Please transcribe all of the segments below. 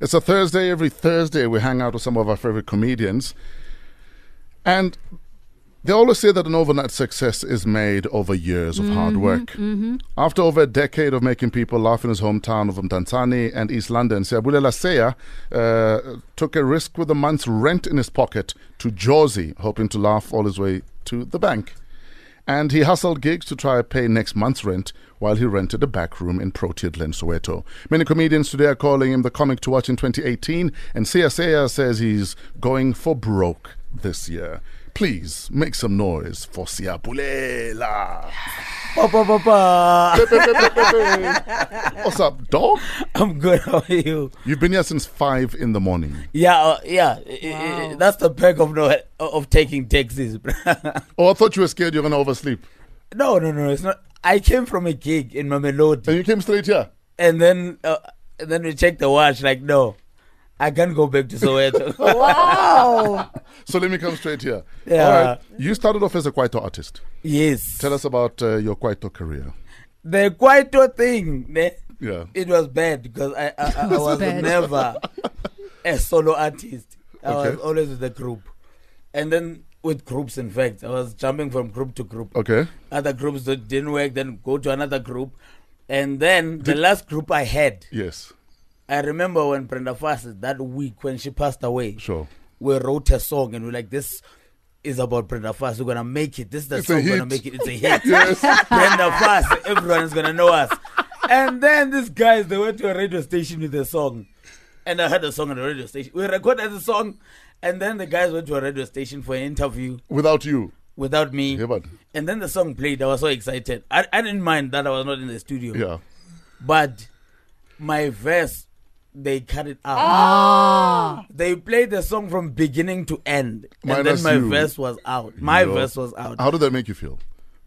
It's a Thursday. Every Thursday, we hang out with some of our favorite comedians. And they always say that an overnight success is made over years of hard work. After over a decade of making people laugh in his hometown of Mdantsane and East London, Siabulela Seya uh, took a risk with a month's rent in his pocket to Jersey, hoping to laugh all his way to the bank. And he hustled gigs to try to pay next month's rent while he rented a back room in Proteodland, Soweto. Many comedians today are calling him the comic to watch in 2018, and Seya says he's going for broke this year. Please make some noise for Siabulela. Ba, ba, ba, ba. What's up, dog? I'm good. How are you? You've been here since five in the morning. Yeah, uh, yeah. i- i- That's the perk of no of taking taxis. bruh. Oh, I thought you were scared you're gonna oversleep, no, no, no. It's not. I came from a gig in Mamelodi, and you came straight here. and then uh, and then we checked the watch. Like, no, I can't go back to Soweto. Wow. So let me come straight here. Yeah. All right. You started off as a Kwaito artist. yes, Tell us about uh, your Kwaito career. the Kwaito thing. ne? Yeah. It was bad because I I, I, I was bad. never a solo artist. I was Okay. always with a group, and then with groups. In fact, I was jumping from group to group. Okay. other groups that didn't work, then go to another group. And then the last group I had, Yes. I remember when Brenda Fassie, that week when she passed away, Sure. we wrote a song and we're like, this is about Brenda Fassie. We're going to make it. This is the It's a song we're hit. going to make it. It's a hit. Yes. Brenda Fassie, everyone is going to know us. And then these guys, they went to a radio station with a song. And I heard the song on the radio station. We recorded the song. And then the guys went to a radio station for an interview Without you. without me. Yeah, but And then the song played. I was so excited. I, I didn't mind that I was not in the studio. yeah. But my verse, they cut it out. They played the song from beginning to end. and Minus then my you. verse was out. My Yo. Uh. verse was out. How did that make you feel?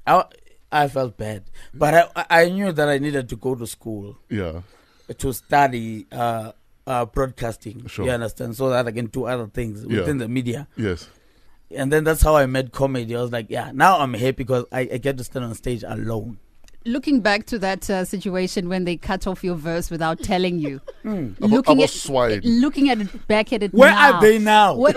I, I felt bad. But I, I knew that I needed to go to school Yeah. to study uh, uh, broadcasting. Sure. You understand? So that I can do other things Yeah. within the media. Yes. And then that's how I met comedy. I was like, yeah, now I'm happy because I, I get to stand on stage alone. Looking back to that uh, situation when they cut off your verse without telling you, I wa- I was swayed. at, looking at it back at it. Where now, are they now? What,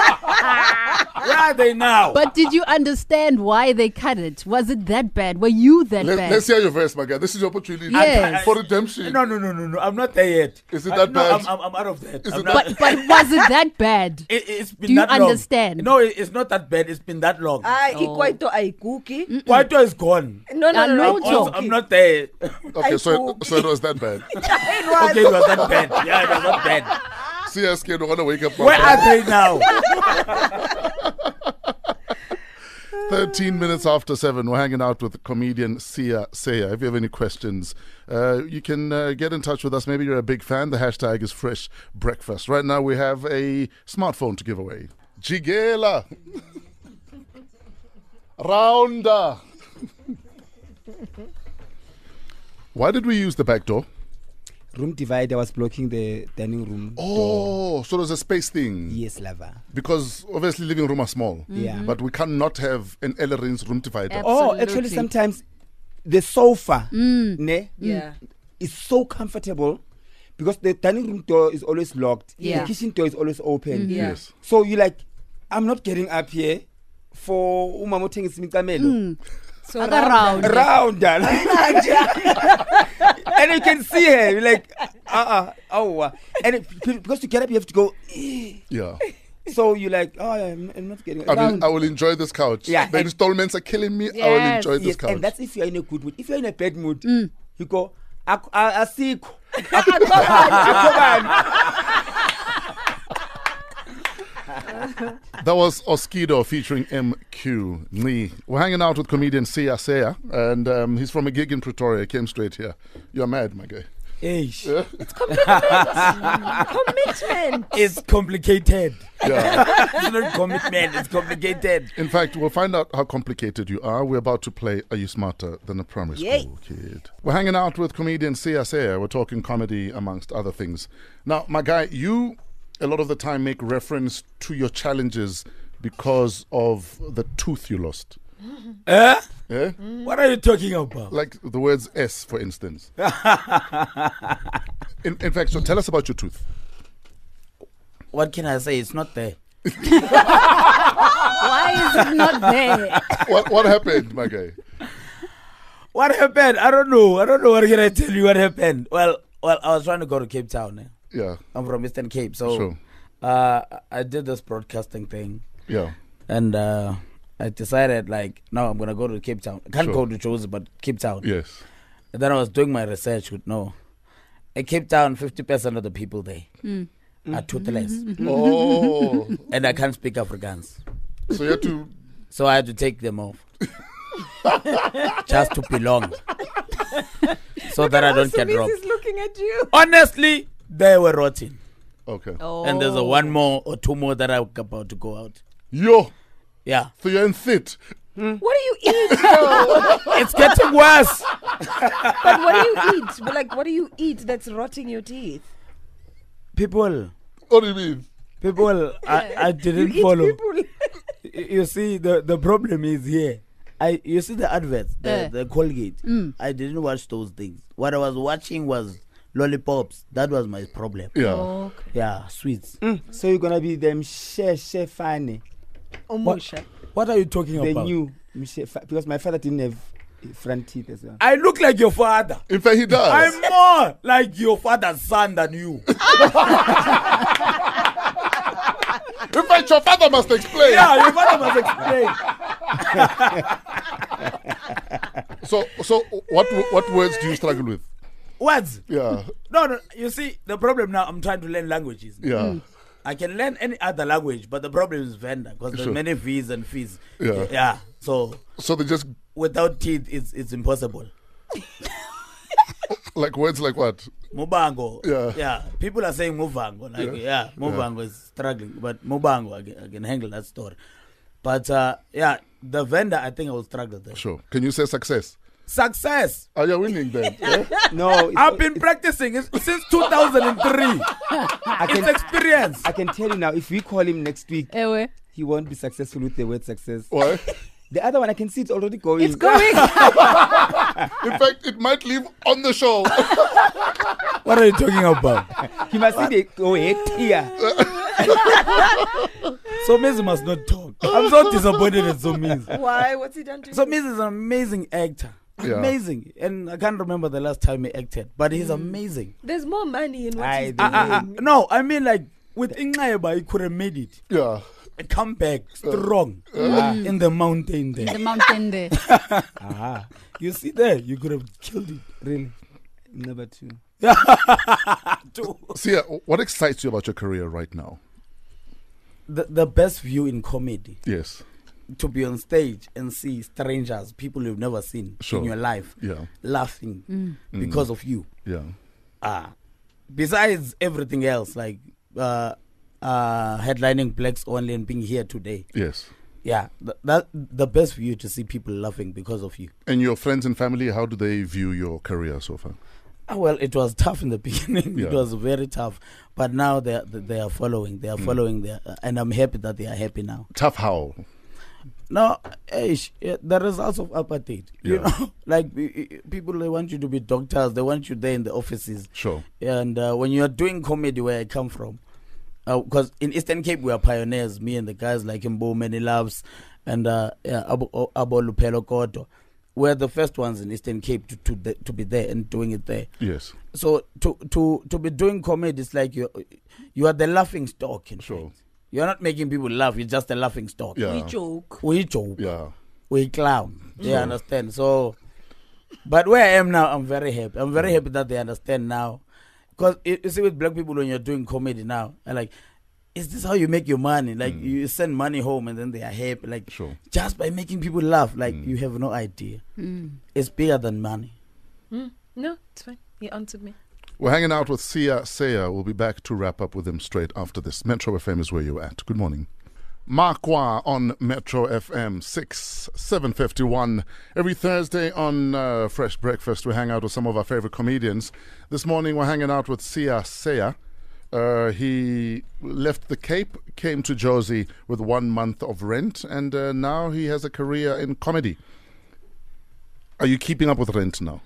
Where are they now? but did you understand why they cut it? Was it that bad? Were you that Let, bad? us hear your verse, my guy. This is your opportunity Yes. for redemption. no, no, no, no, no. I'm not there yet. Is it I- that no, bad? I'm, I'm, I'm out of that. Is I'm it not- that- but but was it that bad? It, has been Do you that long. understand? No, it, it's not that bad. It's been that long. Ah, ikwaito ay cookie. Kwaito is gone. No, no, no, no. Anoto. it's Also, cookie. I'm not there. Okay, I so spoke. so it was that bad. okay, It was- it was not bad. Yeah, it was not bad. See, I scared. I want to wake up. Where are they now? 13 minutes after 7, we're hanging out with comedian Sia Seya. If you have any questions, uh, you can uh, get in touch with us. Maybe you're a big fan. The hashtag is Fresh Breakfast. Right now, we have a smartphone to give away. Jigela. Rounder. Why did we use the back door? room divider was blocking the dining room. Oh, so there's a space thing. Yes, lava. Because obviously, living room are small. Yeah. But we cannot have an Ellerins room divider. Ab- Oh, actually, Absolutely. sometimes the sofa ne, Yeah. is so comfortable because the dining room door is always locked. Yeah. The kitchen door is always open. Yeah. Yes. So you like, I'm not getting up here for umamoting mm. So Other round. round. round. and you can see her. You're like, uh-uh, oh. uh." And it, because to get up, you have to go. "Eh." Yeah. So you're like, oh, I'm, I'm not getting up. I mean, I will enjoy this couch. Yeah, The and- installments are killing me. I will Yes. enjoy this yes, couch. and that's if you're in a good mood. If you're in a bad mood, you go, "Ak- a- asikho. Akhona. that was Oskido featuring MQ Lee. We're hanging out with comedian Sia Seya, and um, he's from a gig in Pretoria. Came straight here. You're mad, my guy. Eish. Commitment. It's complicated. Yeah. It's not commitment. It's complicated. in fact, we'll find out how complicated you are. We're about to play Are You Smarter Than a Primary Yay. School Kid? We're hanging out with comedian Sia Seya. We're talking comedy, amongst other things. Now, my guy, you a lot of the time make reference to your challenges because of the tooth you lost. Eh? Yeah? What are you talking about? Like the words S, for instance. in, in fact, so tell us about your tooth. What can I say? It's not there. Why is it not there? What, what happened, my guy? What happened? I don't know. I don't know. What can I tell you? What happened? Well, well, I was trying to go to Cape Town. eh. Yeah, I'm from Eastern Cape, so Oh. Sure. uh, I did this broadcasting thing, yeah. and uh, I decided like, no, I'm gonna go to Cape Town. I can't Sure. go to Jozi, but Cape Town. Yes. And then I was doing my research with no, in Cape Town, fifty percent of the people there Hmm. are toothless, Oh, and I can't speak Afrikaans, so you had to. so I had to take them off just to belong, so that I don't get robbed. is looking at you. Honestly, they were rotten. Okay. Oh. And there's a one more or two more that I'm about to go out. Yo, Yeah. so you're in fit. What do you eat? It's getting worse. but what do you eat? But like, what do you eat that's rotting your teeth? People, What do you mean? people, I, I didn't Eat follow. people. Y- You see, the, the problem is here. I you see the adverts, the, Eh. the Colgate. I didn't watch those things. What I was watching was lollipops. That was my problem. Yeah. Okay. Yeah, sweets. So you're gonna be them Msheshe Fane, Omusha. What are you talking the about? new Mshe Fa- because my father didn't have uh, front teeth as well. I look like your father. In fact, he does. I'm more like your father's son than you. In fact, your father must explain. yeah, your father must explain. So, so what what words do you struggle with? Words. Yeah, No, no. You see, the problem now. I'm trying to learn languages. yeah. I can learn any other language, but the problem is vendor because there's Sure. many V's and fees. Yeah. So So they just without teeth, it's it's impossible. like words like what? Mubango. Yeah. Yeah. People are saying Mubango. Like yeah, Mubango is struggling, but Mubango I can, I can handle that story. But uh, yeah, the vendor I think I will struggle there. Sure. Can you say success? Success. Are you winning then? Eh? No, it's- I've been practicing it since 2003. I it's can experience. I can tell you now. If we call him next week, Ewe. he won't be successful with the word success. Why? The other one, I can see it's already going. It's going. In fact, it might leave on the show. What are you talking about? He must see the oh, go ahead here. so Miz must not talk. I'm so disappointed in So Miz. Why? What's he done to So you? Miz is an amazing actor. Yeah. Amazing. And I can't remember the last time he acted, but he's amazing. There's more money in what I he's don't Ah, doing. know. ah, ah. no, I mean like with Inxeba, he could have made it. Yeah. A comeback Uh, strong in the mountain the there. mountain there. Ah, You see there, you could have killed it. really? Number two. Too. Sia, uh, what excites you about your career right now? The, the best view in comedy Yes. to be on stage and see strangers, people you've never seen Sure. in your life, Yeah. laughing Mm. because of you. Yeah. Ah, besides everything else, like uh, uh, headlining blacks only and being here today. Yes. Yeah, th- that the best for you to see people laughing because of you. And your friends and family, how do they view your career so far? Ah, well, it was tough in the beginning. Yeah. It was very tough, but now they are- they are following. They are Mm. following. Their, and I'm happy that they are happy now. Tough how? No, ish, eh, the results of apartheid. You Yeah. know, like eh, eh, people they want you to be doctors. They want you there in the offices. Sure. And uh, when you're doing comedy where I come from, because in Eastern Cape we are pioneers, me and the guys like Mbo Many Loves and uh, yeah, Abo, Abo Lupelo Koto, we're the first ones in Eastern Cape to to, the, to be there and doing it there. Yes. So to to to be doing comedy, it's like you you are the laughing stock. In Sure. fact. you're not making people laugh. You're just a laughing stock. Yeah. We joke. We joke. Yeah. We clown. They understand. So, but where I am now, I'm very happy. I'm very happy that they understand now. Because you you see, with black people, when you're doing comedy now, I like, is this how you make your money? Like, Mm. you send money home and then they are happy. Like, Sure. just by making people laugh, like, Mm. you have no idea. Hmm. It's bigger than money. Hmm? No, it's fine. He answered me. We're hanging out with Sia Seya. We'll be back to wrap up with him straight after this. Metro FM is where you're at. Good morning. Marqua on Metro FM 6 751. Every Thursday on uh, Fresh Breakfast, we hang out with some of our favorite comedians. This morning, we're hanging out with Sia Seya. Uh, he left the Cape, came to Josie with one month of rent, and uh, now he has a career in comedy. Are you keeping up with rent now?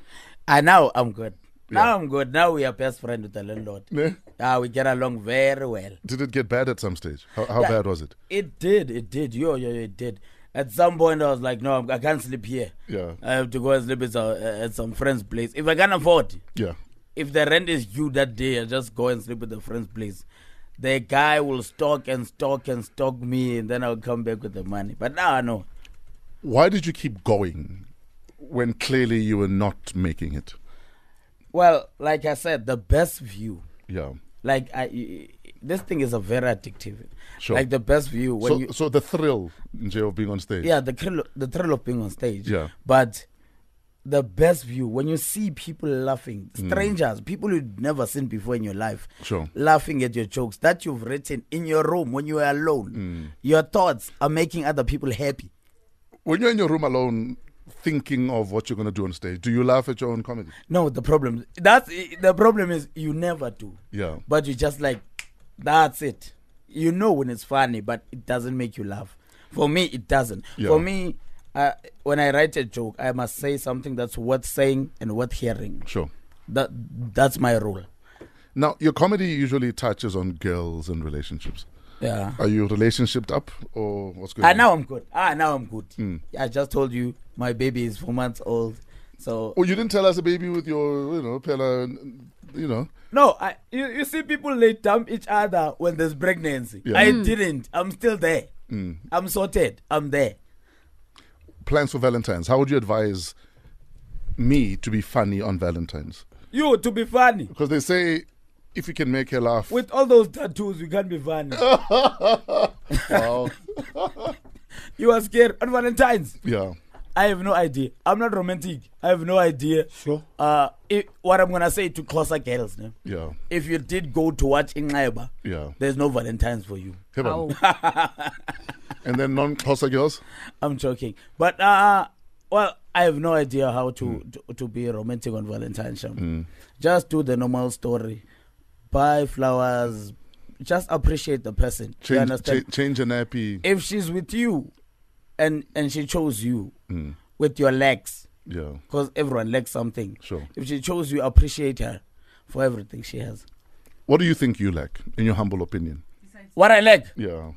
Ah, now I'm good. Now Yeah. I'm good. Now we are best friend with the landlord. Yeah. Ah, we get along very well. Did it get bad at some stage? How, how Yeah. bad was it? It did. It did. Yo, yo, yo, it did. At some point, I was like, no, I'm- I can't sleep here. Yeah. I have to go and sleep at some, at some friend's place. If I can afford, Yeah. if the rent is due that day, I just go and sleep at the friend's place. The guy will stalk and stalk and stalk me, and then I'll come back with the money. But now I know. Why did you keep going when clearly you were not making it? Well, like I said, the best view. Yeah. Like I, this thing is a very addictive. Sure. Like the best view when so, you, so the thrill Nje, of being on stage. yeah, the thrill, the thrill of being on stage. Yeah. But the best view when you see people laughing, strangers, people you've never seen before in your life, Sure. laughing at your jokes that you've written in your room when you are alone. Your thoughts are making other people happy. When you're in your room alone, thinking of what you're going to do on stage, do you laugh at your own comedy? No, the problem that's eh, the problem is you never do. Yeah. But you just like that's it. You know when it's funny, but it doesn't make you laugh. For me, it doesn't. Yeah. For me, uh, when I write a joke, I must say something that's worth saying and worth hearing. Sure. That that's my rule. Now, your comedy usually touches on girls and relationships. Yeah. Are you relationshiped up or what's going Ah, on? now I'm good. Ah, now I'm good. I just told you my baby is four months old. So Oh, you didn't tell us a baby with your, you know, Pella, you know. no, I you, you see people they dump each other when there's pregnancy. Yeah. I didn't. I'm still there. I'm sorted. I'm there. Plans for Valentine's. How would you advise me to be funny on Valentine's? You to be funny. Because they say if you can make her laugh, With all those tattoos, you can't be funny. wow. you are scared on Valentine's. yeah, I have no idea. I'm not romantic. I have no idea. Sure. Uh, i what I'm gonna say to closer girls, ne? yeah, If you did go to watch Inaiba, yeah. there's no Valentine's for you. Come on. Oh. And then non-Xhosa girls. I'm joking. But uh well, I have no idea how to Hmm. to, to be romantic on Valentine's. Sham. Just do the normal story. Buy flowers. Just appreciate the person. you Change, understand? cha- change a nappy. If she's with you and and she chose you with your legs, Mm, Yeah, because everyone lacks something. sure. If she chose you, appreciate her for everything she has. What do you think you lack, in your humble opinion? What I like, Yeah,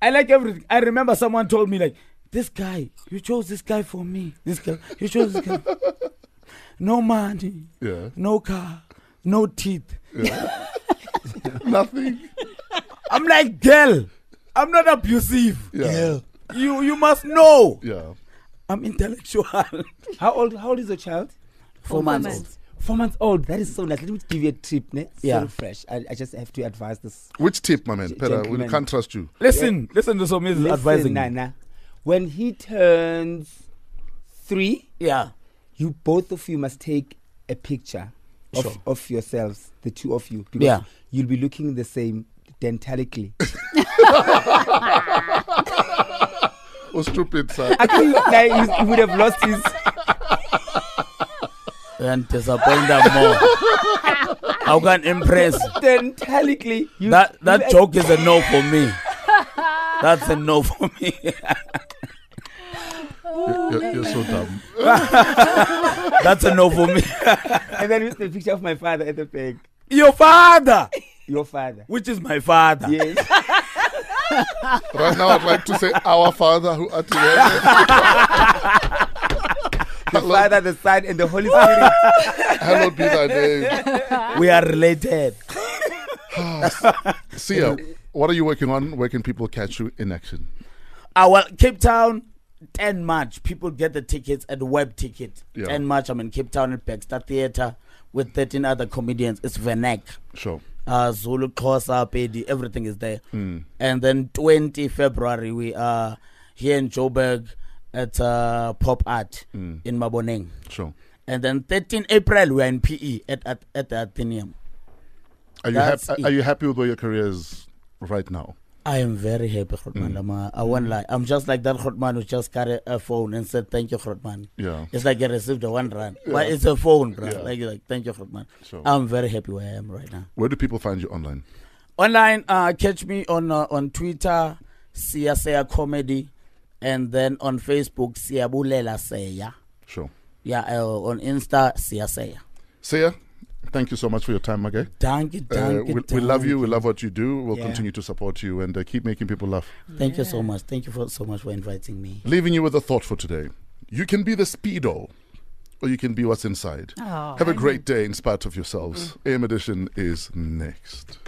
I like everything. I remember someone told me like, "This guy, you chose this guy for me. This guy, you chose this guy. no money, yeah. no car, no teeth. Nothing. I'm like, girl, I'm not abusive. Yeah. You you must know Yeah. I'm intellectual. How old? How old is your child? Four months. Four months old. That is so nice. Let me give you a tip. Ne? Yeah. So fresh. I, I just have to advise this. Which tip, my man? Pella, we Gentlemen. can't trust you. listen, listen to some Listen, advising. me. Nana. When he turns three, Yeah, you both of you must take a picture of, Sure. of yourselves, the two of you, because Yeah. you'll be looking the same dentalically. Oh, stupid, sir. I think like, he- he would have lost his. and disappoint them more. How can impress? dentalically. You, that you- that joke is a no for me. That's a no for me. you're, you're so dumb. That's a no for me. And then with the picture of my father at the back. Your father, Your father. which is my father. Yes. Right now, I'd like to say, Our Father who art in heaven. the Hello- Father, the Son, and the Holy Spirit. Hallowed be thy name. We are related. Sia, what are you working on? Where can people catch you in action? Ah, well, Cape Town, 10 March. People get the tickets at Web Ticket. Yeah. 10 March, I'm in Cape Town at Baxter Theatre with 13 other comedians. It's Venek. Sure. Uh, Zulu, Xhosa, Pedi, everything is there. And then 20 February, we are here in Joburg at uh, Pop Art in Maboneng. Sure. And then 13 April, we are in PE at, at, at the Athenaeum. Are you, That's hap- it. are you happy with where your career is right now? I am very happy, Khotman. I'm, uh, I won't lie. I'm just like that Khotman who just carried a phone and said, Thank you, Khotman. Yeah. It's like I received a one rand. Well, it's a phone, bro. Like, like, Thank you, Khotman. Sure. I'm very happy where I am right now. Where do people find you online? Online, uh, catch me on uh, on Twitter, Sia Seya Comedy, and then on Facebook, Sia Bulela Seya. Sure. Yeah, uh, on Insta, Sia Seya. Sia, thank you so much for your time, my guy. Thank you, thank Uh, you. we, we love you. We love what you do. We'll Yeah. continue to support you and uh, keep making people laugh. Thank you so much. Thank you for, so much for inviting me. Leaving you with a thought for today. You can be the speedo, or you can be what's inside. Oh. Mm. Have a great day in spite of yourselves. AM Edition is next.